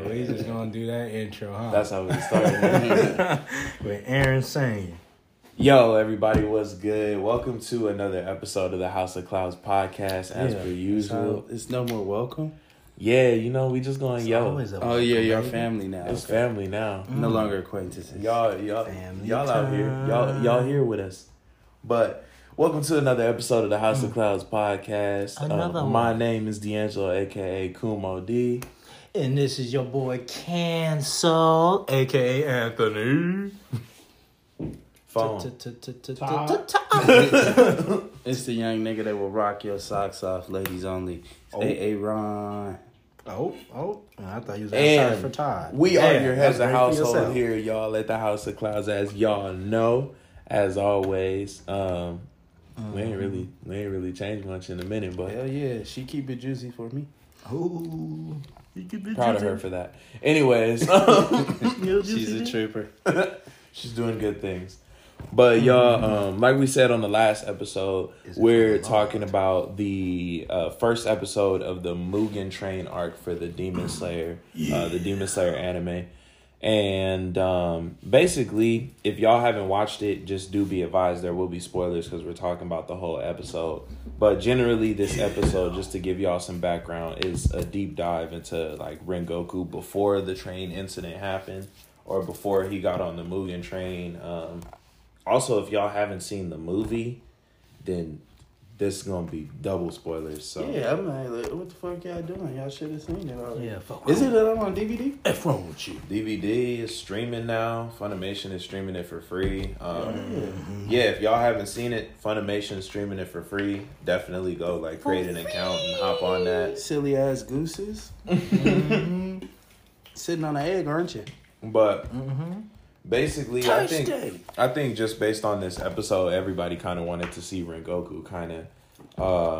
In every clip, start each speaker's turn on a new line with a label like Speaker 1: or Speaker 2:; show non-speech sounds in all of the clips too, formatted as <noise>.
Speaker 1: gonna do that intro, huh?
Speaker 2: That's how we
Speaker 3: <laughs>
Speaker 2: started.
Speaker 1: With Aaron saying,
Speaker 2: Yo, everybody, what's good? Welcome to another episode of the House of Clouds podcast. As
Speaker 1: Yeah.
Speaker 2: per usual,
Speaker 3: It's no more welcome.
Speaker 2: yeah, you know we just going yo.
Speaker 1: always a
Speaker 3: Oh yeah, your
Speaker 1: baby. Mm.
Speaker 3: family now.
Speaker 2: It's family now.
Speaker 3: No longer acquaintances.
Speaker 2: Y'all, y'all,
Speaker 1: Family
Speaker 2: y'all out here. Y'all,
Speaker 1: time.
Speaker 2: y'all here with us. But welcome to another episode of the House of Clouds podcast. Um,
Speaker 1: Mm. Another one.
Speaker 2: my name is D'Angelo, aka Kumo D.
Speaker 1: And this is your boy Cancel, aka Anthony.
Speaker 2: Phone.
Speaker 3: It's the young nigga that will rock your socks off, ladies only.
Speaker 1: Oh.
Speaker 3: Hey, Ron.
Speaker 1: Oh, oh! I thought you was outside
Speaker 2: And
Speaker 1: for Todd.
Speaker 2: we are
Speaker 1: Yeah,
Speaker 2: your heads of
Speaker 1: that's great for yourself.
Speaker 2: household here, y'all, at the House of Clouds, as y'all know, as always. Um, we ain't really we ain't really changed much in a minute, but
Speaker 3: Hell yeah, she keep it juicy for me.
Speaker 1: Ooh, you can be
Speaker 2: proud of her for that. Anyways, <laughs>
Speaker 3: She's a trooper.
Speaker 2: she's doing good things. But y'all, um, like we said on the last episode,
Speaker 1: Mm-hmm. Is it
Speaker 2: we're
Speaker 1: for the
Speaker 2: talking about the uh, first episode of the Mugen Train arc for the Demon Slayer, uh, the Demon Slayer anime. And um, basically, if y'all haven't watched it, just do be advised there will be spoilers because we're talking about the whole episode. But generally, this episode, just to give y'all some background, is a deep dive into like Rengoku before the train incident happened or before he got on the Mugen Train. Um, also, if y'all haven't seen the movie, then this is gonna be double spoilers. So
Speaker 3: Yeah, I'm like, what the fuck y'all doing? Y'all should have seen it already.
Speaker 1: Yeah, fuck.
Speaker 3: Is it that I'm on DVD?
Speaker 1: F wrong with you?
Speaker 2: DVD is streaming now. Funimation is streaming it for free. Um, yeah, if y'all haven't seen it, Funimation is streaming it for free. Definitely go like create an account and hop on that.
Speaker 3: Silly ass gooses. Mhm. <laughs> Sitting on an egg, aren't you?
Speaker 2: But basically, I think
Speaker 3: Touchdown.
Speaker 2: I think just based on this episode, everybody kind of wanted to see Rengoku kind of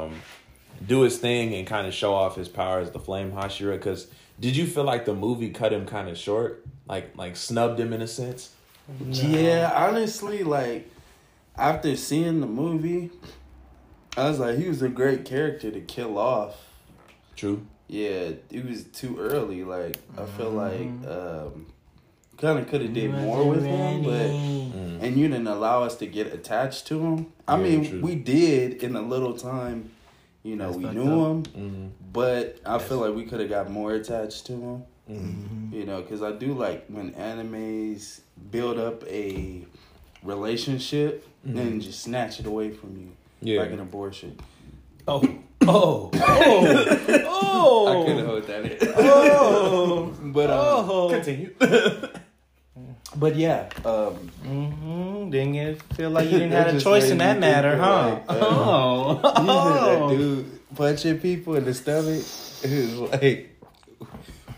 Speaker 2: um, do his thing and kind of show off his power as the Flame Hashira. Because did you feel like the movie cut him kind of short, like like snubbed him in a sense?
Speaker 3: Yeah, honestly, like after seeing the movie, I was like, he was a great character to kill off.
Speaker 2: True.
Speaker 3: Yeah, it was too early. Like I feel like um, kind of could have did more with him, but and you didn't allow us to get attached to him.
Speaker 2: Mm.
Speaker 3: I
Speaker 2: Yeah,
Speaker 3: mean,
Speaker 2: true.
Speaker 3: we did in a little time. You know,
Speaker 1: That's
Speaker 3: we
Speaker 1: fucked
Speaker 3: knew him,
Speaker 2: Mm-hmm.
Speaker 3: but I feel like we could have got more attached to him.
Speaker 2: Mm.
Speaker 1: Mm-hmm.
Speaker 3: You know, because I do like when animes build up a relationship and just snatch it away from you,
Speaker 2: Mm-hmm. Yeah.
Speaker 3: like an abortion.
Speaker 1: Oh, oh, oh, oh!
Speaker 3: hold that in.
Speaker 1: Oh,
Speaker 3: <laughs> but um,
Speaker 1: oh.
Speaker 2: Continue.
Speaker 3: but yeah, um,
Speaker 1: Mm-hmm. Didn't it feel
Speaker 3: <laughs>
Speaker 1: like you didn't
Speaker 3: That
Speaker 1: have a
Speaker 3: just
Speaker 1: choice
Speaker 3: made
Speaker 1: in
Speaker 3: me
Speaker 1: that
Speaker 3: think
Speaker 1: matter,
Speaker 3: of,
Speaker 1: huh?
Speaker 3: like, uh,
Speaker 1: oh,
Speaker 3: <laughs> you know
Speaker 1: oh.
Speaker 3: that dude punching people in the stomach is like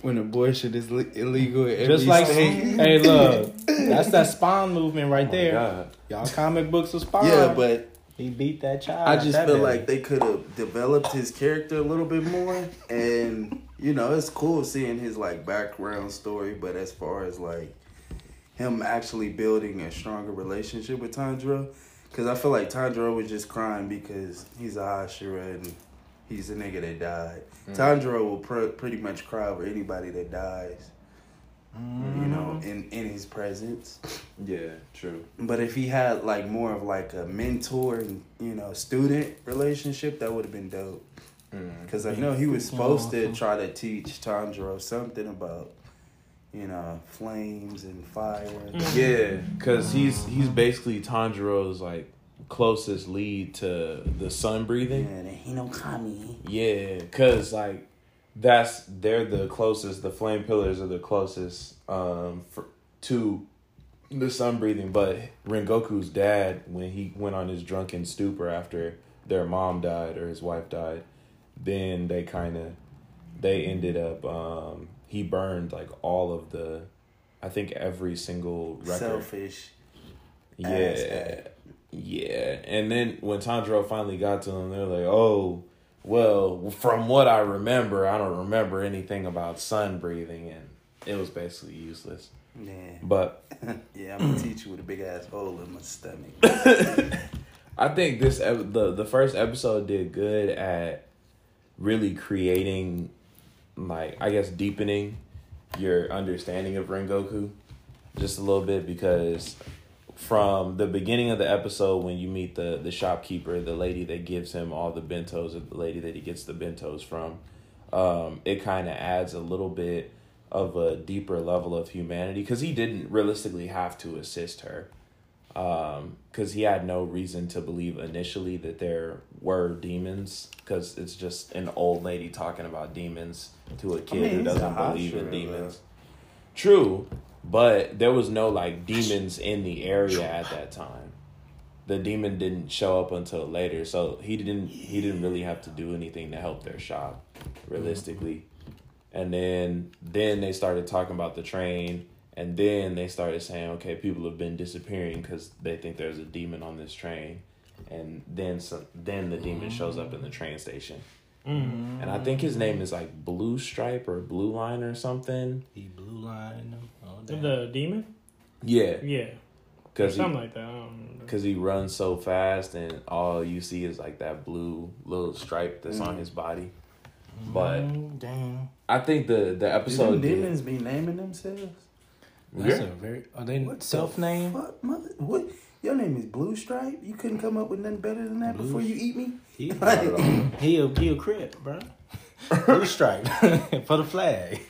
Speaker 3: when abortion is li- illegal in every
Speaker 1: Just like,
Speaker 3: state. Oh
Speaker 1: hey,
Speaker 3: <laughs>
Speaker 1: look, that's that spawn movement right there.
Speaker 2: God.
Speaker 1: Y'all comic books are spawn.
Speaker 3: yeah, but
Speaker 1: he beat that child.
Speaker 3: I
Speaker 1: out
Speaker 3: just
Speaker 1: that
Speaker 3: feel
Speaker 1: belly.
Speaker 3: like they could have developed his character a little bit more, and you know it's cool seeing his like background story, but as far as like him actually building a stronger relationship with Tanjiro, because I feel like Tanjiro was just crying because he's a Hashira and he's a nigga that died. Tanjiro will pr- pretty much cry over anybody that dies, you know, in in his presence.
Speaker 2: Yeah, true.
Speaker 3: But if he had like more of like a mentor and you know student relationship, that would have been dope.
Speaker 2: Mm-hmm.
Speaker 3: Because I know he was supposed to try to teach Tanjiro something about you know flames and fire.
Speaker 2: Yeah, because he's he's basically Tanjiro's like closest lead to the sun breathing.
Speaker 3: And Hinokami.
Speaker 2: Yeah, because like that's they're the closest. The flame pillars are the closest um for, to the sun breathing. But Rengoku's dad, when he went on his drunken stupor after their mom died or his wife died, then they kind of they ended up um he burned like all of the. I think every single record.
Speaker 3: Selfish.
Speaker 2: Yeah.
Speaker 3: ass hat.
Speaker 2: Yeah. And then when Tanjiro finally got to them, they're like, oh, well, from what I remember, I don't remember anything about sun breathing. And it was basically useless.
Speaker 3: Yeah.
Speaker 2: But
Speaker 3: <laughs> yeah, I'm gonna teach you with a big ass hole in my stomach.
Speaker 2: I think this ep- the the first episode did good at really creating like I guess deepening your understanding of Rengoku just a little bit because from the beginning of the episode when you meet the the shopkeeper, the lady that gives him all the bentos, or the lady that he gets the bentos from, um, it kind of adds a little bit of a deeper level of humanity because he didn't realistically have to assist her because he had no reason to believe initially that there were demons because it's just an old lady talking about demons to a kid
Speaker 3: mean,
Speaker 2: who
Speaker 3: he's a
Speaker 2: doesn't believe in
Speaker 3: Hashira,
Speaker 2: demons. True, but there was no like demons in the area at that time. The demon didn't show up until later, so he didn't he didn't really have to do anything to help their shop, realistically. And then then they started talking about the train, and then they started saying, okay, people have been disappearing because they think there's a demon on this train, and then some, then the demon shows up in the train station, and I think his name is like Blue Stripe or Blue Line or something.
Speaker 1: The blue line. all that.
Speaker 4: The demon?
Speaker 2: Yeah,
Speaker 4: Yeah.
Speaker 2: because
Speaker 4: Something like that. I don't remember.
Speaker 2: because he runs so fast and all you see is like that blue little stripe that's on his body but
Speaker 1: Mm, damn.
Speaker 2: i think the the
Speaker 3: Do
Speaker 2: episode
Speaker 3: them
Speaker 2: did-
Speaker 3: demons be naming themselves?
Speaker 1: That's
Speaker 2: Yeah.
Speaker 1: a very. Are they
Speaker 3: What the
Speaker 1: self name?
Speaker 3: What mother? What? Your name is Blue Stripe. You couldn't come up with nothing better than that before you eat me.
Speaker 1: He,
Speaker 3: <laughs> Like,
Speaker 1: he a he a crip,
Speaker 3: <laughs>
Speaker 1: bro. Blue stripe <laughs> for the flag.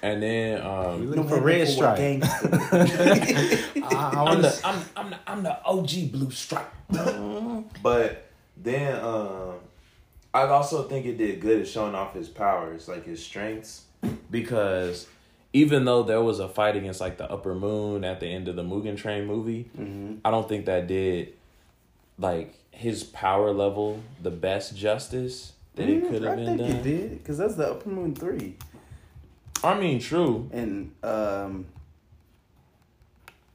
Speaker 2: and then
Speaker 1: You
Speaker 2: um
Speaker 1: looking
Speaker 3: them
Speaker 1: for
Speaker 3: people
Speaker 1: red
Speaker 3: were
Speaker 1: stripe?
Speaker 3: gangsters.
Speaker 1: I,
Speaker 3: <laughs>
Speaker 1: I wanna s-
Speaker 2: I'm, I'm, the, I'm the og blue stripe <laughs> but then um i also think it did good at showing off his powers like his strengths because even though there was a fight against like the upper moon at the end of the mugen train movie
Speaker 3: Mm-hmm.
Speaker 2: i don't think that did like his power level the best justice that it could
Speaker 3: I
Speaker 2: have been
Speaker 3: think it
Speaker 2: done.
Speaker 3: did because that's the Upper Moon three
Speaker 2: I mean, true.
Speaker 3: and um,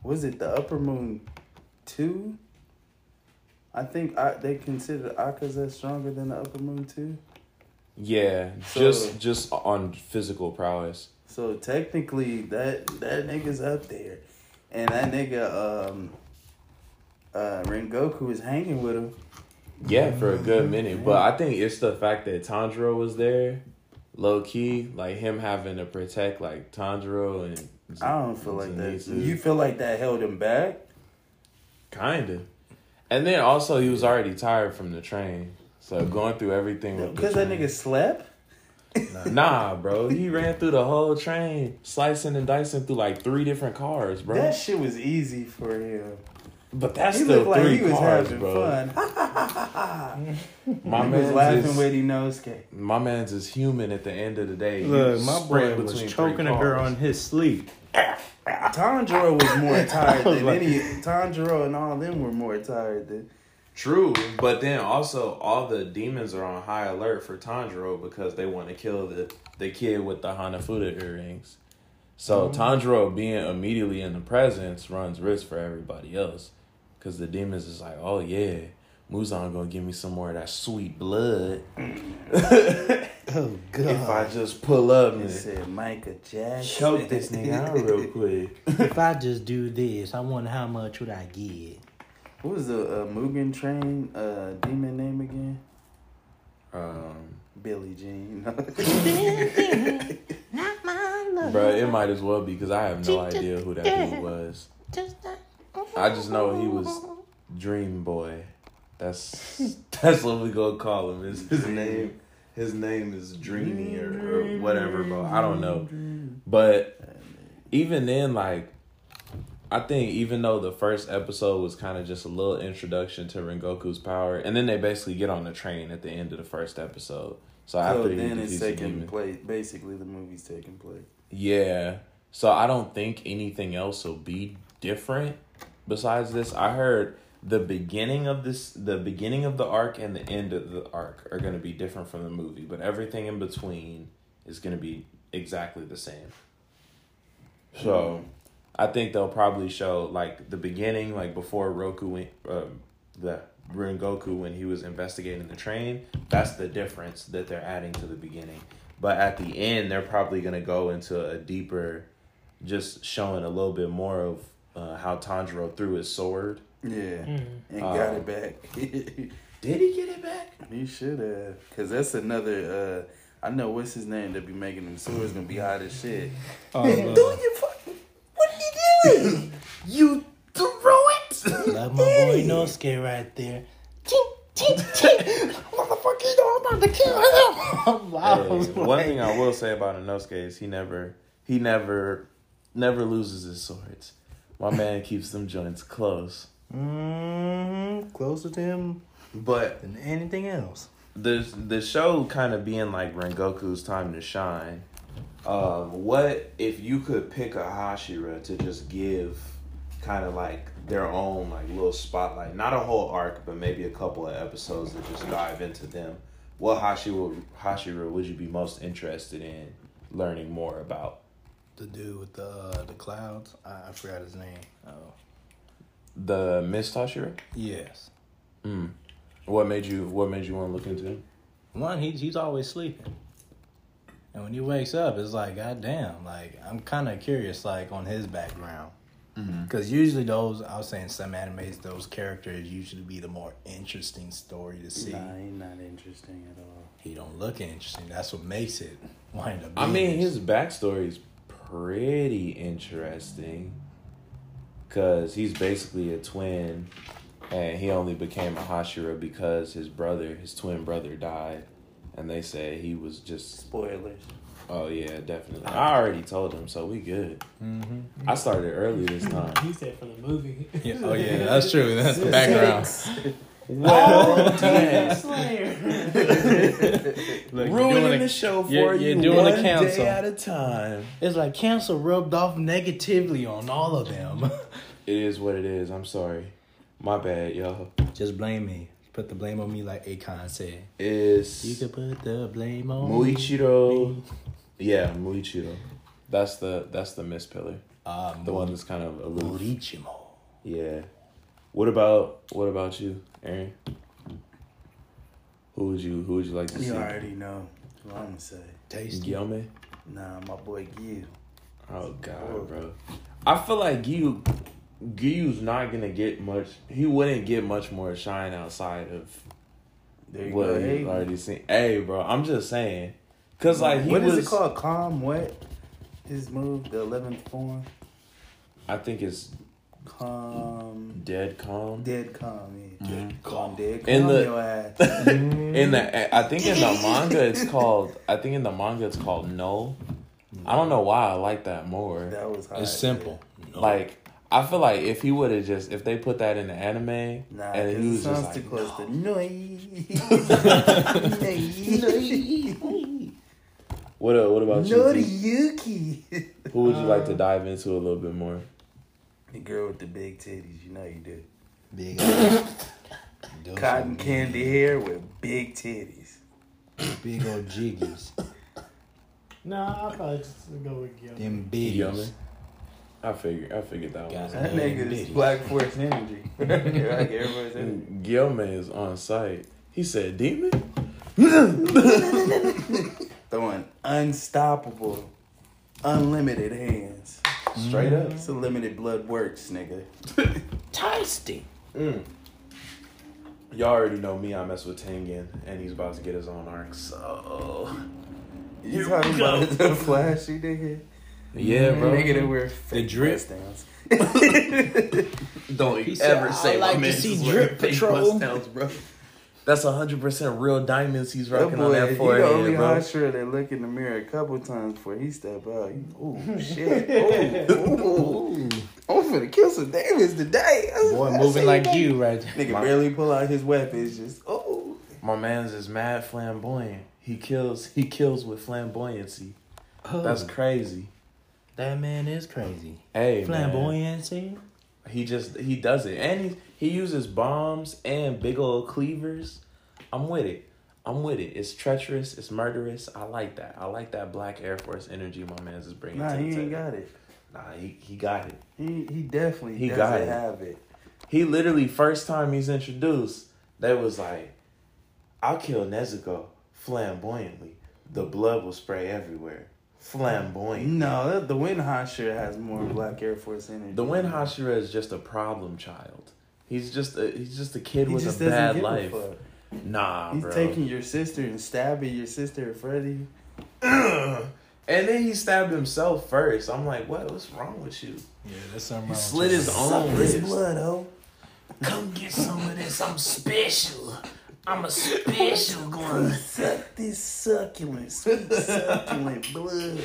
Speaker 3: was it the Upper Moon two? I think I, they considered Akaza stronger than the Upper Moon two.
Speaker 2: Yeah,
Speaker 3: So-
Speaker 2: just just on physical prowess.
Speaker 3: So technically, that that nigga's up there, and that nigga um, uh, Rengoku is hanging with him.
Speaker 2: Yeah, for a good minute. But I think it's the fact that Tanjiro was there, low key, like him having to protect like Tanjiro and.
Speaker 3: I don't feel like that.
Speaker 2: Zenitsu.
Speaker 3: You feel like that held him back?
Speaker 2: Kinda. And then also he was already tired from the train, so going through everything. with the
Speaker 3: Because that
Speaker 2: train.
Speaker 3: nigga slept?
Speaker 2: Nah, bro. He ran through the whole train, slicing and dicing through like three different cars, bro.
Speaker 3: That shit was easy for him.
Speaker 2: but that's
Speaker 3: He
Speaker 2: still
Speaker 3: looked like
Speaker 2: three
Speaker 3: he was
Speaker 2: cars,
Speaker 3: having
Speaker 2: bro.
Speaker 3: fun.
Speaker 2: My
Speaker 3: He was
Speaker 2: man's,
Speaker 3: laughing
Speaker 2: is,
Speaker 3: with Inosuke.
Speaker 2: my man's is human at the end of the day. He
Speaker 1: Look, my boy
Speaker 2: sprayed
Speaker 1: was
Speaker 2: between
Speaker 1: choking
Speaker 2: three
Speaker 1: a girl
Speaker 2: cars.
Speaker 1: in his sleep.
Speaker 3: Tanjiro was <laughs> more tired
Speaker 1: was
Speaker 3: than
Speaker 1: like-
Speaker 3: any. Tanjiro and all them were more tired than.
Speaker 2: True, but then also all the demons are on high alert for Tanjiro because they want to kill the, the kid with the Hanafuda earrings. So Tanjiro being immediately in the presence runs risk for everybody else because the demons is like, oh yeah, Muzan gonna give me some more of that sweet blood
Speaker 1: Oh
Speaker 2: <laughs> if I just pull up
Speaker 3: It
Speaker 2: and
Speaker 3: said Micah Jackson.
Speaker 2: choke this nigga out real quick.
Speaker 1: If I just do this, I wonder how much would I get.
Speaker 3: What was the uh, Mugen Train uh, demon name again?
Speaker 2: Um,
Speaker 3: Billy Jean. <laughs>
Speaker 5: Not my love.
Speaker 2: bro, it might as well be because I have no idea who that dude was.
Speaker 5: Just not.
Speaker 2: I just know he was Dream Boy. That's <laughs> that's what we gonna call him. Is his name? His name is Dreamy or, or whatever, bro. I don't know. But even then, like, I think even though the first episode was kind of just a little introduction to Rengoku's power, and then they basically get on the train at the end of the first episode. So after
Speaker 3: so
Speaker 2: he
Speaker 3: then it's
Speaker 2: defeats the
Speaker 3: taking
Speaker 2: demon-
Speaker 3: place. Basically, the movie's taking place.
Speaker 2: yeah. So I don't think anything else will be different besides this. I heard the beginning of this the beginning of the arc and the end of the arc are going to be different from the movie, but everything in between is going to be exactly the same. So I think they'll probably show like the beginning, like before Roku went, um, the Rengoku when he was investigating the train. That's the difference that they're adding to the beginning. But at the end, they're probably gonna go into a deeper, just showing a little bit more of uh, how Tanjiro threw his sword.
Speaker 3: Yeah.
Speaker 1: Mm.
Speaker 4: Mm.
Speaker 3: Uh. And got it back. <laughs>
Speaker 2: Did he get it back?
Speaker 3: He should have, cause that's another. uh I know what's his name that be making them sewers gonna be hot as shit.
Speaker 1: Oh,
Speaker 3: Man,
Speaker 1: Lord.
Speaker 3: <laughs> do you fucking what you doing? you threw it.
Speaker 1: That my boy Nosuke right there. Chink, chink, chink. Motherfucker, you know I'm about to kill <laughs> him. I
Speaker 2: Hey,
Speaker 1: was
Speaker 2: one
Speaker 1: like-
Speaker 2: thing I will say about Inosuke is he never, he never, never loses his swords. My man keeps them joints close.
Speaker 1: Mhm, closer to him
Speaker 2: But
Speaker 1: than anything else.
Speaker 2: the the show kind of being like Rengoku's time to shine. Uh, what if you could pick a Hashira to just give kind of like their own like little spotlight, not a whole arc, but maybe a couple of episodes that just dive into them. What Hashira Hashira would you be most interested in learning more about?
Speaker 1: The dude with the uh, the clouds. I, I forgot his name. Oh,
Speaker 2: The Miss Hashira.
Speaker 1: yes.
Speaker 2: What made you What made you want to look into him?
Speaker 1: One, he's he's always sleeping, and when he wakes up, it's like, God damn! Like I'm kind of curious, like on his background,
Speaker 2: Mm-hmm.
Speaker 1: because usually those I was saying some animes, those characters usually be the more interesting story to see.
Speaker 3: Nah, ain't not interesting at all.
Speaker 1: He don't look interesting. That's what makes it wind up.
Speaker 2: I mean,
Speaker 1: being
Speaker 2: his backstory is pretty interesting because he's basically a twin, and he only became a Hashira because his brother, his twin brother, died, and they say he was just.
Speaker 3: Spoilers.
Speaker 2: Oh yeah, definitely. I already told him, so we good.
Speaker 1: Mm-hmm.
Speaker 2: I started early this
Speaker 1: <laughs>
Speaker 2: time.
Speaker 4: He said from
Speaker 2: <laughs>
Speaker 4: the movie.
Speaker 1: Yeah, oh yeah, that's true. That's the background.
Speaker 2: Well,
Speaker 3: <laughs>
Speaker 2: <laughs>
Speaker 4: Demon Slayer.
Speaker 1: Look, you're doing
Speaker 2: ruining
Speaker 1: a-
Speaker 2: the show for
Speaker 1: you're-
Speaker 2: you
Speaker 1: you're doing a
Speaker 2: one
Speaker 1: cancel.
Speaker 2: day at a time.
Speaker 1: It's like cancer rubbed off negatively on all of
Speaker 2: <laughs>
Speaker 1: them.
Speaker 2: <laughs> It is what it is. I'm sorry, my bad, y'all.
Speaker 1: Just blame me. Put the blame on me, like Akon said.
Speaker 2: It's
Speaker 1: You can put the blame on me.
Speaker 2: Muichiro. Yeah, Muichiro. That's the that's the miss pillar.
Speaker 1: Ah,
Speaker 2: The one that's kind of aloof.
Speaker 1: Morichimo.
Speaker 2: Yeah. What about what about you, Aaron? Who would you who would you like to see?
Speaker 3: You already know what I'm gonna say.
Speaker 1: Tasty.
Speaker 2: Gyome?
Speaker 3: Nah, my boy Gil.
Speaker 2: Oh god, bro. I feel like Gyu Gyu's not gonna get much he wouldn't get much more shine outside of
Speaker 3: There you
Speaker 2: what
Speaker 3: go.
Speaker 2: he's
Speaker 3: Hey,
Speaker 2: already seen. Hey bro, I'm just saying. Cause like he
Speaker 3: what is
Speaker 2: was
Speaker 3: it called? Calm, what? His move, the eleventh form.
Speaker 2: I think it's
Speaker 3: Calm,
Speaker 2: dead calm.
Speaker 3: dead calm.
Speaker 1: Mm-hmm.
Speaker 3: Yeah.
Speaker 1: Calm down.
Speaker 3: Dead calm.
Speaker 2: And the-
Speaker 1: <laughs>
Speaker 3: your
Speaker 2: <laughs>
Speaker 3: ass.
Speaker 2: In the, I think in the manga it's called. I think in the manga it's called no. I don't know why I like that more.
Speaker 3: That was hot.
Speaker 1: It's
Speaker 3: <laughs>
Speaker 1: simple.
Speaker 2: Like I feel like if he would have just if they put that in the anime
Speaker 3: Nah,
Speaker 2: and he
Speaker 3: it
Speaker 2: was just
Speaker 3: sounds too
Speaker 2: like,
Speaker 3: close to
Speaker 1: <laughs>
Speaker 3: <laughs>
Speaker 2: what uh, what about you? T?
Speaker 3: Noriyuki.
Speaker 2: Who would you like to dive into a little bit more?
Speaker 3: The girl with the big titties, you know you do.
Speaker 1: Big Those
Speaker 3: Cotton
Speaker 1: are
Speaker 3: candy hair with big titties.
Speaker 1: Big old jiggies.
Speaker 4: Nah, I probably just go with Gil.
Speaker 1: Them
Speaker 2: Yummy.
Speaker 1: biggies.
Speaker 2: I figured I figured that
Speaker 1: Got
Speaker 2: one.
Speaker 1: it.
Speaker 3: That nigga is Black Force <laughs> energy. like Air Force energy.
Speaker 2: And Guillaume is on site. He said, "Demon."
Speaker 3: Throwing unstoppable, unlimited hands.
Speaker 2: Straight up.
Speaker 3: It's a limited blood works, nigga.
Speaker 1: Tasty.
Speaker 2: Mm. Y'all already know me. I mess with Tengen, and he's about to get his own arc. So
Speaker 3: You talking
Speaker 2: go.
Speaker 3: about the flashy nigga?
Speaker 2: yeah,
Speaker 3: The Nigga that wear fake
Speaker 1: drip.
Speaker 3: mustaches.
Speaker 2: Don't
Speaker 1: He said, "I like to
Speaker 2: man's
Speaker 1: see
Speaker 2: is
Speaker 1: drip
Speaker 2: wearing fake
Speaker 1: patrol."
Speaker 2: mustache, bro. That's hundred percent real diamonds he's
Speaker 3: That
Speaker 2: rocking
Speaker 3: boy,
Speaker 2: on
Speaker 3: he
Speaker 2: that
Speaker 3: the only
Speaker 2: forehead, bro.
Speaker 3: hot shrimp that look in the mirror a couple times before he step out.
Speaker 2: <laughs>
Speaker 3: Oh shit! Ooh, ooh. I'm finna kill some Davis today.
Speaker 1: Boy,
Speaker 3: I
Speaker 1: moving
Speaker 3: see
Speaker 1: like
Speaker 3: that.
Speaker 1: you right there.
Speaker 3: Nigga barely pull out his weapons. Just oh,
Speaker 2: My man's is mad flamboyant. He kills. He kills with flamboyancy. That's
Speaker 1: Oh,
Speaker 2: crazy.
Speaker 1: that man is crazy.
Speaker 2: Hey, flamboyant.
Speaker 1: Flamboyancy.
Speaker 2: He just he does it, and he he uses bombs and big old cleavers. I'm with it. I'm with it. It's treacherous. It's murderous. I like that. I like that black Air Force energy my man's is bringing.
Speaker 3: nah,
Speaker 2: to the
Speaker 3: he ain't
Speaker 2: table.
Speaker 3: got it.
Speaker 2: Nah, he, he got it.
Speaker 3: He he definitely
Speaker 2: He
Speaker 3: doesn't
Speaker 2: got it.
Speaker 3: have it.
Speaker 2: He literally first time he's introduced, they was like, "I'll kill Nezuko flamboyantly. The blood will spray everywhere. Flamboyant."
Speaker 3: No, that, the Wind Hot sure has more Black Air Force energy.
Speaker 2: The Wind Hashira is just a problem child. He's just a he's just a kid
Speaker 3: He
Speaker 2: with
Speaker 3: just
Speaker 2: a
Speaker 3: doesn't
Speaker 2: bad
Speaker 3: give a
Speaker 2: life.
Speaker 3: fuck.
Speaker 2: Nah,
Speaker 3: He's
Speaker 2: bro.
Speaker 3: taking your sister and stabbing your sister in front of you.
Speaker 2: and then he stabbed himself first. I'm like, what? What's wrong with you?
Speaker 1: Yeah, that's something
Speaker 2: He
Speaker 1: wrong.
Speaker 2: slid his own
Speaker 3: His
Speaker 2: wrist.
Speaker 3: blood, oh.
Speaker 2: Come get some of this. I'm special. I'm a special
Speaker 3: <laughs>
Speaker 2: one.
Speaker 3: Suck this succulent, sweet succulent blood.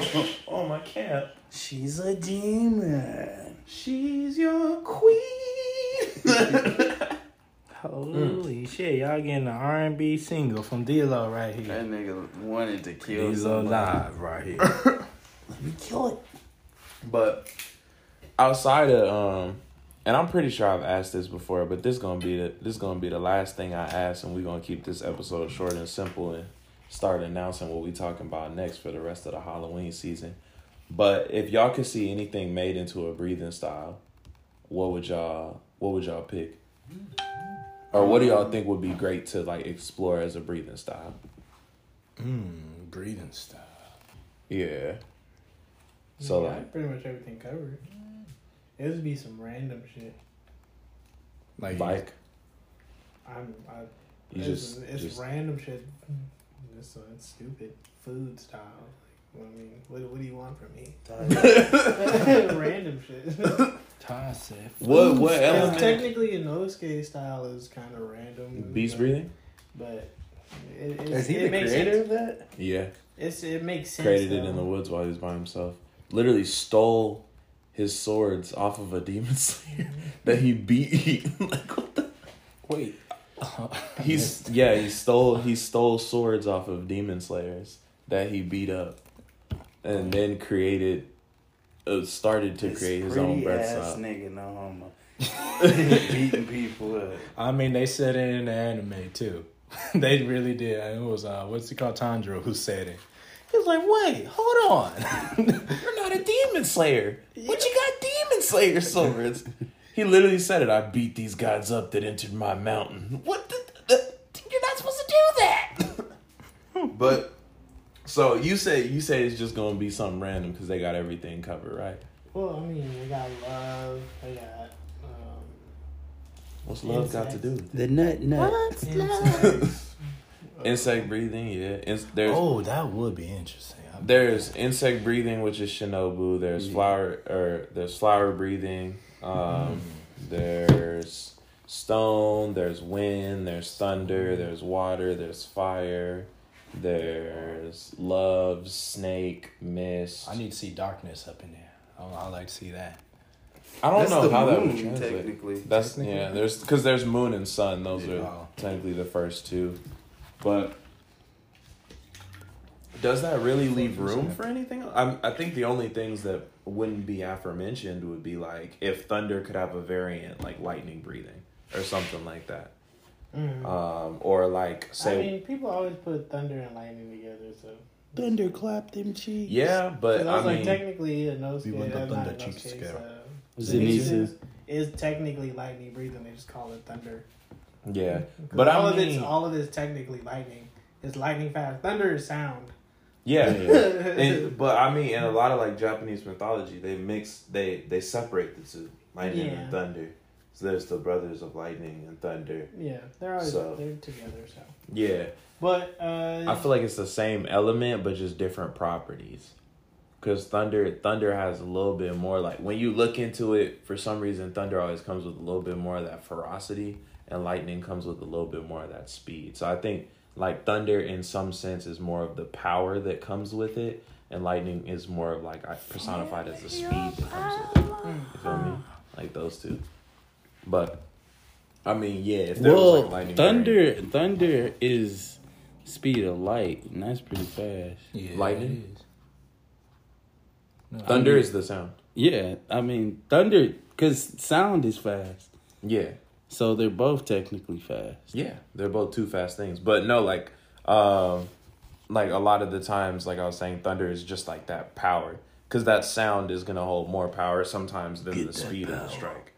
Speaker 2: Oh my cap.
Speaker 3: She's a demon.
Speaker 2: She's your queen.
Speaker 3: <laughs>
Speaker 1: Holy
Speaker 2: Mm.
Speaker 1: shit, y'all getting an R and B single from D-Lo right
Speaker 3: That
Speaker 1: here.
Speaker 3: nigga wanted to kill
Speaker 1: D-Lo
Speaker 3: somebody.
Speaker 1: live right here.
Speaker 3: You kill it.
Speaker 2: but outside of um, and I'm pretty sure I've asked this before, but this gonna be the this gonna be the last thing I ask, and we're gonna keep this episode short and simple and start announcing what we talking about next for the rest of the Halloween season. But if y'all could see anything made into a breathing style, what would y'all what would y'all pick? Or what do y'all think would be great to like explore as a breathing style?
Speaker 1: Mmm, breathing stuff.
Speaker 2: Yeah. So
Speaker 4: yeah, I
Speaker 2: like
Speaker 4: had pretty much everything covered. It would be some random shit.
Speaker 1: Like
Speaker 2: bike.
Speaker 4: I'm. I,
Speaker 2: You
Speaker 4: it's,
Speaker 2: just,
Speaker 4: it's
Speaker 2: just
Speaker 4: random shit. It's, uh, it's stupid. Food style. Like, I mean, what, what do you want from me? <laughs> random shit.
Speaker 1: Ty said,
Speaker 2: what what
Speaker 4: Because
Speaker 2: element?
Speaker 4: technically, a nose case style is kind of random.
Speaker 2: Beast
Speaker 4: but-
Speaker 2: breathing?
Speaker 4: But it, it's,
Speaker 3: Is he
Speaker 4: it
Speaker 3: the
Speaker 4: makes
Speaker 3: creator
Speaker 4: sense.
Speaker 3: of that?
Speaker 2: Yeah.
Speaker 4: It's, it makes sense.
Speaker 2: Created it
Speaker 4: though.
Speaker 2: in the woods while he was by himself. Literally stole his swords off of a demon <laughs> slayer that he beat. <laughs> like what the
Speaker 1: "Wait,
Speaker 2: <laughs>
Speaker 3: <laughs>
Speaker 2: He's yeah, he stole he stole swords off of demon slayers that he beat up and then created uh, started to
Speaker 3: This
Speaker 2: create his own
Speaker 3: pretty
Speaker 2: breath
Speaker 3: ass
Speaker 2: style.
Speaker 3: nigga, no
Speaker 2: <laughs>
Speaker 3: homo. Beating people up.
Speaker 1: I mean, they said it in the anime too. <laughs> they really did. And it was uh, what's he called, Tanjiro, who said it. He was like, "Wait, hold on." <laughs>
Speaker 2: You're not a demon slayer. What you got demon slayer <laughs> swords? he literally said it. I beat these gods up that entered my mountain. What? The, the- you're not supposed to do that. <laughs> but so you say you say it's just gonna be something random because they got everything covered, right?
Speaker 4: Well, I mean, they got love. They got. Um,
Speaker 2: What's love got to do with
Speaker 3: The nut nut.
Speaker 4: <laughs> insects.
Speaker 2: it? Insect breathing, yeah. Ins- there's
Speaker 1: oh, that would be interesting. I-
Speaker 2: there's insect breathing, which is shinobu. There's flower or there's flower breathing.
Speaker 3: Mm-hmm.
Speaker 2: Um, There's stone. There's wind. There's thunder.
Speaker 3: Mm-hmm.
Speaker 2: There's water. There's fire. There's love, snake, mist.
Speaker 1: I need to see darkness up in there. I, I like to see that.
Speaker 2: I don't
Speaker 3: That's
Speaker 2: know
Speaker 3: the
Speaker 2: how that would
Speaker 3: moon,
Speaker 2: translate.
Speaker 3: technically.
Speaker 2: That's
Speaker 1: Technically.
Speaker 2: yeah. There's because there's moon and sun. Those
Speaker 1: Yeah.
Speaker 2: are technically the first two, but does that really leave room for anything? I I think the only things that wouldn't be aforementioned would be like if thunder could have a variant like lightning breathing or something like that,
Speaker 4: Mm.
Speaker 2: um, or like
Speaker 4: I
Speaker 2: say
Speaker 4: mean, people always put thunder and lightning together, so.
Speaker 3: Thunderclap them cheeks.
Speaker 2: yeah, but
Speaker 4: 'Cause I
Speaker 2: I
Speaker 4: was like,
Speaker 2: mean
Speaker 4: technically, a nose
Speaker 1: we
Speaker 4: case.
Speaker 1: wouldn't
Speaker 4: uh,
Speaker 1: put
Speaker 4: not
Speaker 1: thunder
Speaker 4: a nose
Speaker 1: cheeks
Speaker 4: case,
Speaker 1: together.
Speaker 4: uh,
Speaker 3: Zenitsu.
Speaker 4: is technically lightning breathing. They just call it thunder.
Speaker 2: yeah,
Speaker 4: 'Cause
Speaker 2: but
Speaker 4: all
Speaker 2: I
Speaker 4: of it's
Speaker 2: mean
Speaker 4: all of it's technically lightning. It's lightning fast. Thunder is sound.
Speaker 2: yeah.
Speaker 4: <laughs>
Speaker 2: And, <laughs> but I mean, in a lot of like Japanese mythology, they mix they they separate the two, lightning
Speaker 4: Yeah.
Speaker 2: and thunder. So there's the brothers of lightning and thunder.
Speaker 4: yeah, they're always
Speaker 2: So.
Speaker 4: they're together. So,
Speaker 2: Yeah,
Speaker 4: but uh,
Speaker 2: I feel like it's the same element, but just different properties. Because thunder, thunder has a little bit more like when you look into it. For some reason, thunder always comes with a little bit more of that ferocity, and lightning comes with a little bit more of that speed. So I think like thunder, in some sense, is more of the power that comes with it, and lightning is more of like I- personified as the speed that comes with it. You feel me? Like those two, but I mean, yeah. If there was
Speaker 5: Well,
Speaker 2: like lightning, variant-
Speaker 5: thunder, thunder is speed of light, and that's pretty fast.
Speaker 1: Yeah,
Speaker 2: Lightning?
Speaker 1: it is. No,
Speaker 2: thunder is the sound.
Speaker 5: Yeah, I mean thunder, cause sound is fast,
Speaker 2: Yeah.
Speaker 5: so they're both technically fast.
Speaker 2: Yeah, they're both two fast things. But no, like, um, like a lot of the times, like I was saying, thunder is just like that power because that sound is gonna hold more power sometimes than the speed of the strike.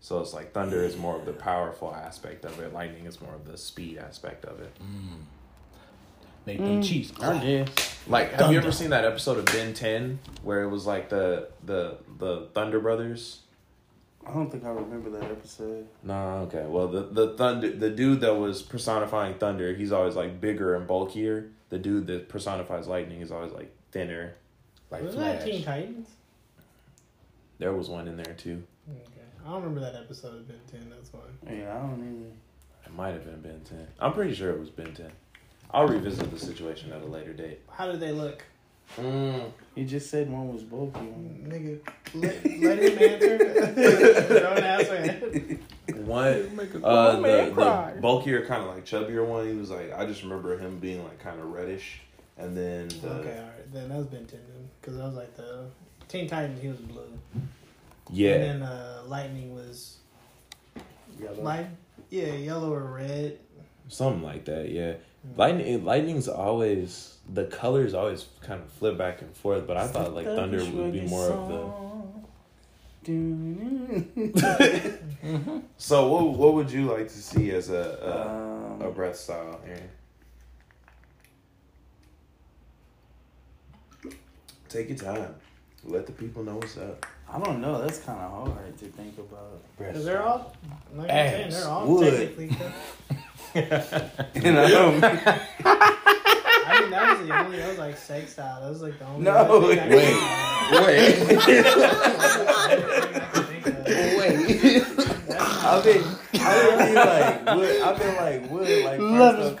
Speaker 2: So it's like thunder is more of the powerful aspect of it. Lightning is more of the speed aspect of it.
Speaker 1: make them cheeks.
Speaker 5: I guess.
Speaker 2: Like, have you ever seen that episode of Ben Ten where it was like the the the Thunder Brothers,
Speaker 3: I don't think I remember that episode.
Speaker 2: No, okay. Well, the the thunder, the dude that was personifying thunder, he's always like bigger and bulkier. The dude that personifies lightning is always like thinner.
Speaker 1: Like
Speaker 4: was
Speaker 1: Flash.
Speaker 4: that Teen Titans?
Speaker 2: There was one in there too.
Speaker 4: Okay. I don't remember that episode of Ben 10, that's why.
Speaker 3: Yeah, I don't
Speaker 2: It might have been Ben Ten. I'm pretty sure it was Ben Ten. I'll revisit the situation at a later date.
Speaker 4: How did they look?
Speaker 2: <laughs> Mm.
Speaker 3: either. You just said one was bulky. one-
Speaker 4: Nigga, let, let him <laughs> answer. Don't answer.
Speaker 2: One
Speaker 4: Make a
Speaker 2: Uh,
Speaker 4: grown
Speaker 2: the,
Speaker 4: man cry.
Speaker 2: the bulkier, kind of like chubbier one. He was like, I just remember him being like kind of reddish, and then the,
Speaker 4: Okay, all right. Then that's Ben 10 then. Because I was like, the Teen Titans, he was blue. And
Speaker 2: yeah,
Speaker 4: then uh, Lightning was.
Speaker 3: Yellow.
Speaker 4: Light, yeah, yellow or red.
Speaker 2: something like that. Yeah, lightning. Lightning's always the colors always kind of flip back and forth. But I thought like thunder would be more of the. <laughs>
Speaker 1: Mm-hmm.
Speaker 2: So what what would you like to see as a a, a
Speaker 3: Um,
Speaker 2: breath style? Aaron? Take your time. Let the people know what's <laughs> up.
Speaker 3: <laughs> I don't know. That's kind of hard to think about.
Speaker 4: Because they're all. Like I'm saying,
Speaker 1: Ass,
Speaker 4: they're all
Speaker 3: wood.
Speaker 4: technically. cut.
Speaker 3: And I
Speaker 2: <laughs>
Speaker 3: don't.
Speaker 4: I mean, that was the only. That was like sex style. That was like the only.
Speaker 3: No,
Speaker 4: other thing I could
Speaker 3: wait. Wait,
Speaker 4: think of.
Speaker 1: <laughs>
Speaker 4: That was the only thing I could think of.
Speaker 3: wait. I've been, I've been like, wood. I've been like, wood. Like, let us
Speaker 1: <laughs>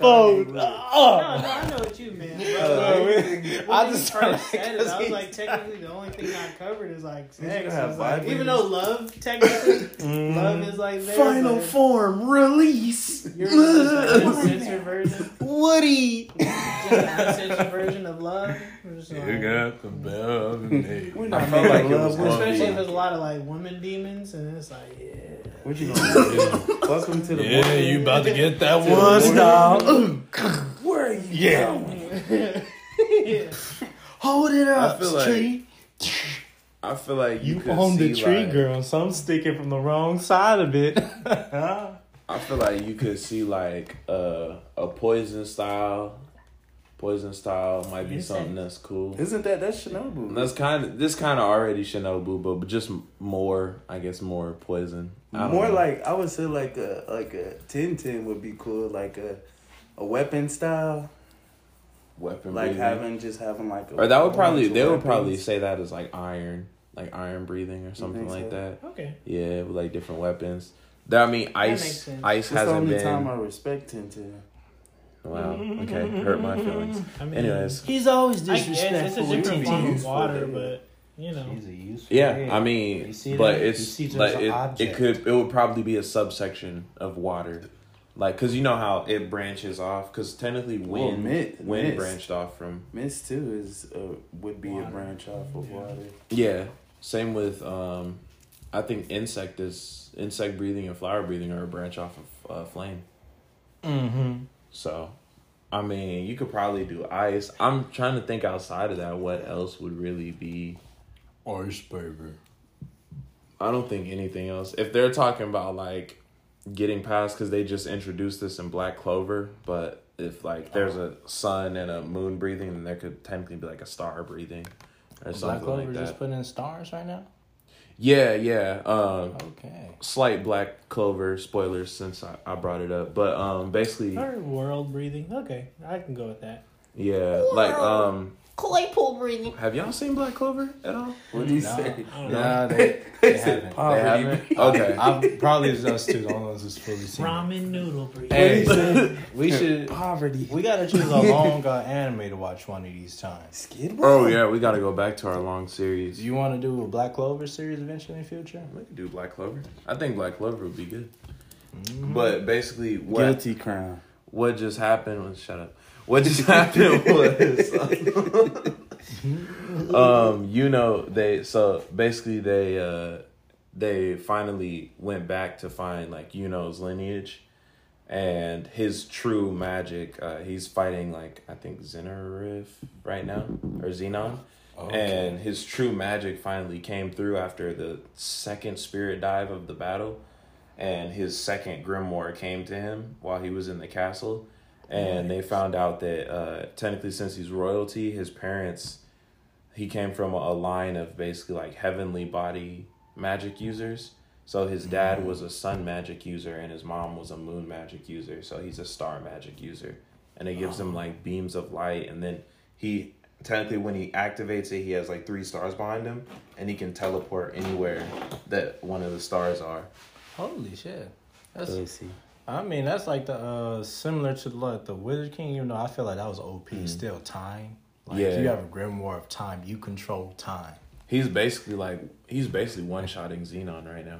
Speaker 1: Ah.
Speaker 3: fold.
Speaker 4: No, no, I know what you meant. bro.
Speaker 1: I
Speaker 4: I
Speaker 1: Uh, just
Speaker 4: just
Speaker 1: started
Speaker 4: first said it. I was like, technically, the only thing not covered is like sex. I was like, even though love, technically,
Speaker 1: Mm.
Speaker 4: love is like there, but
Speaker 1: form release.
Speaker 4: You're
Speaker 1: <laughs>
Speaker 4: just like, censored version,
Speaker 1: Woody.
Speaker 4: just a censored version of love. We're just like-
Speaker 1: got the bell of the <laughs> day.
Speaker 3: We're not
Speaker 2: I felt like it was
Speaker 3: gonna love
Speaker 4: Especially
Speaker 2: gonna
Speaker 4: if
Speaker 2: be-
Speaker 4: there's a lot of like woman demons, and it's like, yeah.
Speaker 3: What you gonna do? Welcome to the
Speaker 1: Yeah,
Speaker 3: morning.
Speaker 1: you about to get that <laughs>
Speaker 3: the
Speaker 1: one
Speaker 3: morning.
Speaker 1: style. <laughs>
Speaker 3: Where are you?
Speaker 1: Yeah.
Speaker 3: going?
Speaker 4: yeah.
Speaker 1: <laughs> Hold it up,
Speaker 2: feel like
Speaker 1: tree.
Speaker 2: I feel like you,
Speaker 1: You
Speaker 2: could
Speaker 1: on the
Speaker 2: see,
Speaker 1: tree,
Speaker 2: like-
Speaker 1: girl. Some sticking from the wrong side of it. <laughs>
Speaker 2: I feel like you could see like uh, a poison style. Poison style might be
Speaker 4: You
Speaker 2: something
Speaker 4: said-
Speaker 2: that's cool.
Speaker 3: Isn't that that's Shinobu?
Speaker 2: That's kind of this kind of already Shinobu, but- but just m- more, I guess, more poison. I don't
Speaker 3: More
Speaker 2: know.
Speaker 3: like I would say like a like a ten ten would be cool, like a a weapon style,
Speaker 2: weapon,
Speaker 3: like
Speaker 2: breathing.
Speaker 3: having just having like. A
Speaker 2: or that would probably
Speaker 3: bunch of
Speaker 2: they would
Speaker 3: weapons.
Speaker 2: probably say that as like iron, like iron breathing or something
Speaker 3: think
Speaker 2: like
Speaker 3: so?
Speaker 2: that.
Speaker 4: Okay.
Speaker 2: Yeah, with like different weapons. That I mean,
Speaker 4: makes
Speaker 2: ice,
Speaker 4: sense.
Speaker 2: ice
Speaker 3: That's the
Speaker 2: hasn't
Speaker 3: only
Speaker 2: been.
Speaker 3: time I respect ten ten.
Speaker 2: Wow. Okay, hurt my
Speaker 4: <laughs>
Speaker 2: feelings.
Speaker 4: I mean,
Speaker 2: Anyways,
Speaker 1: He's always
Speaker 4: I guess it's a different form of water, but you know,
Speaker 1: a useful.
Speaker 2: Yeah, I mean,
Speaker 1: You see
Speaker 2: but
Speaker 1: that? You
Speaker 2: it's
Speaker 1: see it
Speaker 2: like
Speaker 1: as an
Speaker 2: it, it
Speaker 1: object.
Speaker 2: could it would probably be a subsection of water, like because you know how it branches off because technically
Speaker 3: Well,
Speaker 2: wind
Speaker 3: mi-
Speaker 2: wind
Speaker 3: mist.
Speaker 2: branched off from
Speaker 3: Mist too is uh, would be a
Speaker 4: Water.
Speaker 3: branch off of
Speaker 4: Yeah.
Speaker 1: <laughs>
Speaker 3: water.
Speaker 2: yeah. Same with um, I think insect is insect breathing and flower breathing are a branch off of uh, flame.
Speaker 1: Mm-hmm.
Speaker 2: So, I mean, you could probably do ice. I'm trying to think outside of that. What else would really be?
Speaker 1: Ice baby.
Speaker 2: I don't think anything else. If they're talking about like getting past, because they just introduced this in Black Clover, but if like there's
Speaker 1: Oh.
Speaker 2: a sun and a moon breathing, then there could technically be like a star breathing or
Speaker 1: Black
Speaker 2: something
Speaker 1: Clover
Speaker 2: like that.
Speaker 1: just putting in stars right now.
Speaker 2: yeah, yeah. Um,
Speaker 1: Okay.
Speaker 2: slight Black Clover spoilers since I, I brought it up, but um, basically,
Speaker 4: or world breathing. Okay, I can go with that.
Speaker 2: yeah, like um,
Speaker 6: Claypool breathing.
Speaker 2: have y'all seen Black Clover at all?
Speaker 3: What do you
Speaker 2: <laughs>
Speaker 1: No.
Speaker 3: say?
Speaker 4: I don't know.
Speaker 1: Nah, <laughs> they, they haven't. They <laughs>
Speaker 3: poverty.
Speaker 1: haven't.
Speaker 2: Okay.
Speaker 1: I'm probably it's us two. The only ones who's fully seen. it.
Speaker 4: Ramen noodle breathing.
Speaker 2: <laughs>
Speaker 1: Hey, we should.
Speaker 3: Poverty.
Speaker 1: We gotta choose <laughs> a long uh, anime to watch one of these times.
Speaker 3: Skid
Speaker 2: Oh yeah, we got to go back to our long series.
Speaker 1: Do you want to do a Black Clover series eventually in the future?
Speaker 2: We could do Black Clover. I think Black Clover would be good.
Speaker 1: Mm-hmm.
Speaker 2: But basically, what
Speaker 3: Guilty crown.
Speaker 2: what just happened was shut up. What just <laughs> happened was, um, you know, they so basically they uh they finally went back to find like Yuno's lineage and his true magic. Uh, he's fighting like I think Xenorif right now or Xenon.
Speaker 1: Eh.
Speaker 2: And his true magic finally came through after the second spirit dive of the battle, and his second grimoire came to him while he was in the castle, and they found out that uh, technically since he's royalty, his parents, he came from a line of basically like heavenly body magic users. So his dad was a sun magic user and his mom was a moon magic user. So he's a star magic user. And it gives him like beams of light. And then he, technically, when he activates it, he has like three stars behind him and he can teleport anywhere that one of the stars are.
Speaker 1: Holy shit. That's
Speaker 5: Pussy.
Speaker 1: I mean, that's like the uh similar to like the Wizard King, even though I feel like that was OP still time. Like
Speaker 2: Yeah.
Speaker 1: you have a grimoire of time, you control time.
Speaker 2: He's basically like, he's basically one shotting Xenon right now.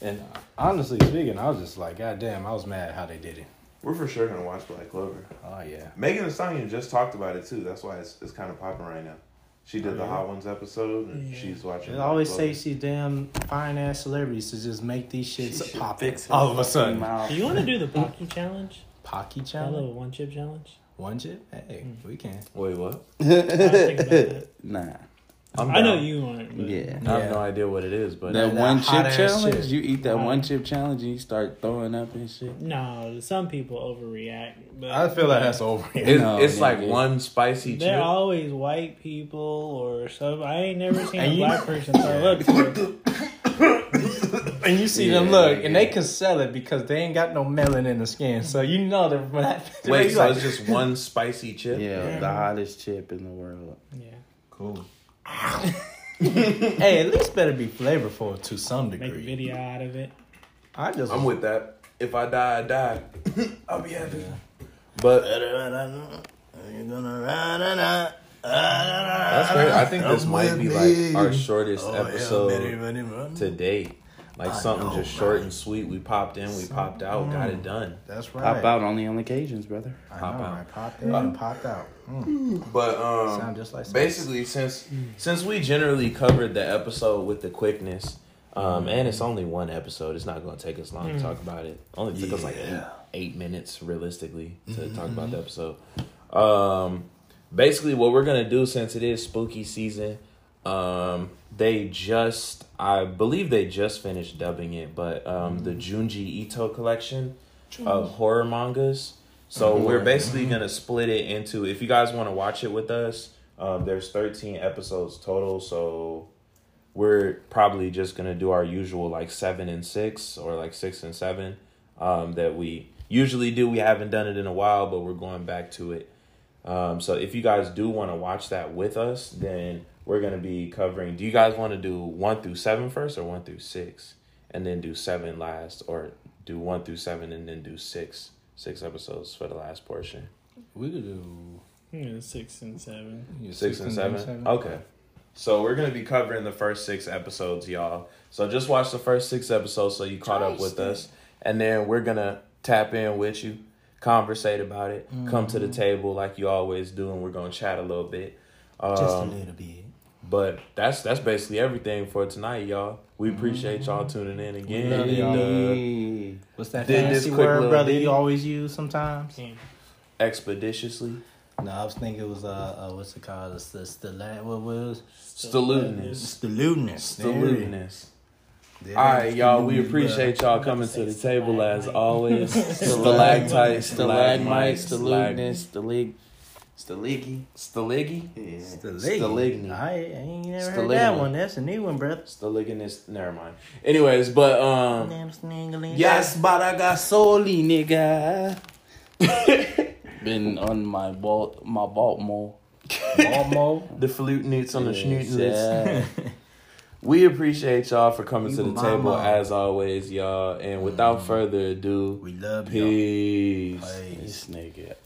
Speaker 1: And honestly speaking, I was just like, God damn, I was mad how they did it.
Speaker 2: We're for sure gonna watch Black Clover.
Speaker 1: Oh yeah.
Speaker 2: Megan Thee Stallion just talked about it too. That's why it's, it's kind of popping right now. She did the Hot Ones episode, and
Speaker 4: Yeah.
Speaker 2: she's watching.
Speaker 1: Oh, They always
Speaker 2: Black
Speaker 1: say
Speaker 2: Clover.
Speaker 1: she's damn fine ass celebrities to just make these shits
Speaker 3: should
Speaker 1: pop
Speaker 3: fix her
Speaker 1: all of a
Speaker 3: fucking
Speaker 1: sudden.
Speaker 3: mouth.
Speaker 4: Do you want to do the Pocky challenge?
Speaker 1: Pocky
Speaker 4: That
Speaker 1: challenge,
Speaker 4: little one chip challenge?
Speaker 1: one chip. Hey, we can.
Speaker 2: "Wait, what?"
Speaker 4: I, was thinking about that.
Speaker 5: Nah.
Speaker 2: I'm
Speaker 4: I know
Speaker 2: down.
Speaker 4: you aren't. But
Speaker 5: Yeah.
Speaker 2: I have
Speaker 1: Yeah.
Speaker 2: no idea what it is, but
Speaker 5: That one
Speaker 1: hot
Speaker 5: chip
Speaker 1: ass
Speaker 5: challenge?
Speaker 1: shit.
Speaker 5: You eat that
Speaker 4: Right.
Speaker 5: one chip challenge and you start throwing up and shit?
Speaker 4: No, some people overreact. But
Speaker 1: I feel like that's over here. <laughs>
Speaker 2: it's,
Speaker 5: No,
Speaker 2: it's like
Speaker 5: nigga.
Speaker 2: one spicy chip.
Speaker 4: They're always white people or some. I ain't never seen
Speaker 1: And
Speaker 4: a
Speaker 1: you-
Speaker 4: black person throw up. before.
Speaker 1: And you see them
Speaker 5: Yeah,
Speaker 1: look, and they
Speaker 5: yeah.
Speaker 1: can sell it because they ain't got no melanin in the skin, so you know that when that.
Speaker 2: Wait,
Speaker 1: <laughs> you
Speaker 2: so
Speaker 1: like,
Speaker 2: it's just one spicy chip?
Speaker 5: Yeah, the hottest chip in the world.
Speaker 4: Yeah,
Speaker 1: cool. hey, at least better be flavorful to some
Speaker 4: make a
Speaker 1: degree.
Speaker 4: video out of it.
Speaker 1: I just
Speaker 2: I'm with that. If I die, I die. <laughs> I'll be happy. But that's great. I think this might be like
Speaker 1: Oh,
Speaker 2: our shortest episode to date. Like something just short and sweet. We popped in, we popped out, got it done.
Speaker 1: That's right.
Speaker 5: Pop out only on occasions, brother.
Speaker 1: I
Speaker 2: Pop
Speaker 1: know,
Speaker 2: out. Uh,
Speaker 1: right? Popped in and popped out. Mm.
Speaker 2: But um,
Speaker 1: Sound just like
Speaker 2: basically, since since we generally covered the episode with the quickness, um, and it's only one episode, it's not going to take us long to talk about it. Only took us like eight,
Speaker 3: Yeah.
Speaker 2: eight minutes realistically to talk about
Speaker 1: Mm-hmm.
Speaker 2: the episode. Um, basically, what we're gonna do since it is spooky season, um, they just I believe they just finished dubbing it, but um,
Speaker 1: Mm.
Speaker 2: the Junji Ito collection of horror mangas. So we're basically gonna split it into. If you guys want to watch it with us, um, there's 13 episodes total. So we're probably just gonna do our usual like seven and six or like six and seven um, that we usually do. We haven't done it in a while, but we're going back to it. Um, so if you guys do want to watch that with us, then we're gonna be covering. Do you guys want to do one through seven first or one through six, and then do seven last, or do one through seven and then do six six episodes for the last portion?
Speaker 1: We could do
Speaker 4: Yeah, six and seven.
Speaker 2: Six, and seven? Uh, Okay. So we're gonna be covering the first six episodes, y'all. So just watch the first six episodes so you caught up with us, and then we're gonna tap in with you, conversate about it, come to the
Speaker 1: Mm-hmm.
Speaker 2: table like you always do, and we're gonna chat a little bit. Um,
Speaker 1: Just a little bit.
Speaker 2: But that's that's basically everything for tonight, y'all. We appreciate y'all tuning in again.
Speaker 1: Mm-hmm. love
Speaker 2: and, uh,
Speaker 5: Hey.
Speaker 1: What's that
Speaker 2: Did this
Speaker 1: fancy
Speaker 2: quick
Speaker 1: word,
Speaker 2: little
Speaker 1: brother?
Speaker 2: ditty.
Speaker 1: You always use sometimes.
Speaker 4: Damn.
Speaker 2: expeditiously,
Speaker 1: No, I was thinking it was uh, uh what's it called? It's the Stalin. What was
Speaker 2: stalootiness,
Speaker 1: Stalutinous.
Speaker 2: stalootiness. All right, y'all. We appreciate y'all coming to the table as always. Stalactites, stalagmites,
Speaker 5: Stalagmites,
Speaker 2: stalagmites,
Speaker 5: stalagmites, stalig, staliggy.
Speaker 2: staliggy,
Speaker 3: Yeah.
Speaker 1: Staligny.
Speaker 2: Staligny.
Speaker 1: I ain't never heard
Speaker 2: Staligny.
Speaker 1: that one. That's a new one, brother.
Speaker 2: staliginous. Never mind. Anyways, but um,
Speaker 1: Damn sningling.
Speaker 5: Yes, but I got soli, <laughs> nigga. Been on my vault, my vault more. <laughs>
Speaker 1: Almo.
Speaker 2: the flute newts on the schnoot list. <laughs>
Speaker 5: Yeah.
Speaker 2: We appreciate y'all for coming to
Speaker 1: You
Speaker 2: the table
Speaker 1: mama.
Speaker 2: as always, y'all. And without further ado,
Speaker 1: We love you.
Speaker 2: peace.
Speaker 1: Hey.
Speaker 5: This nigga.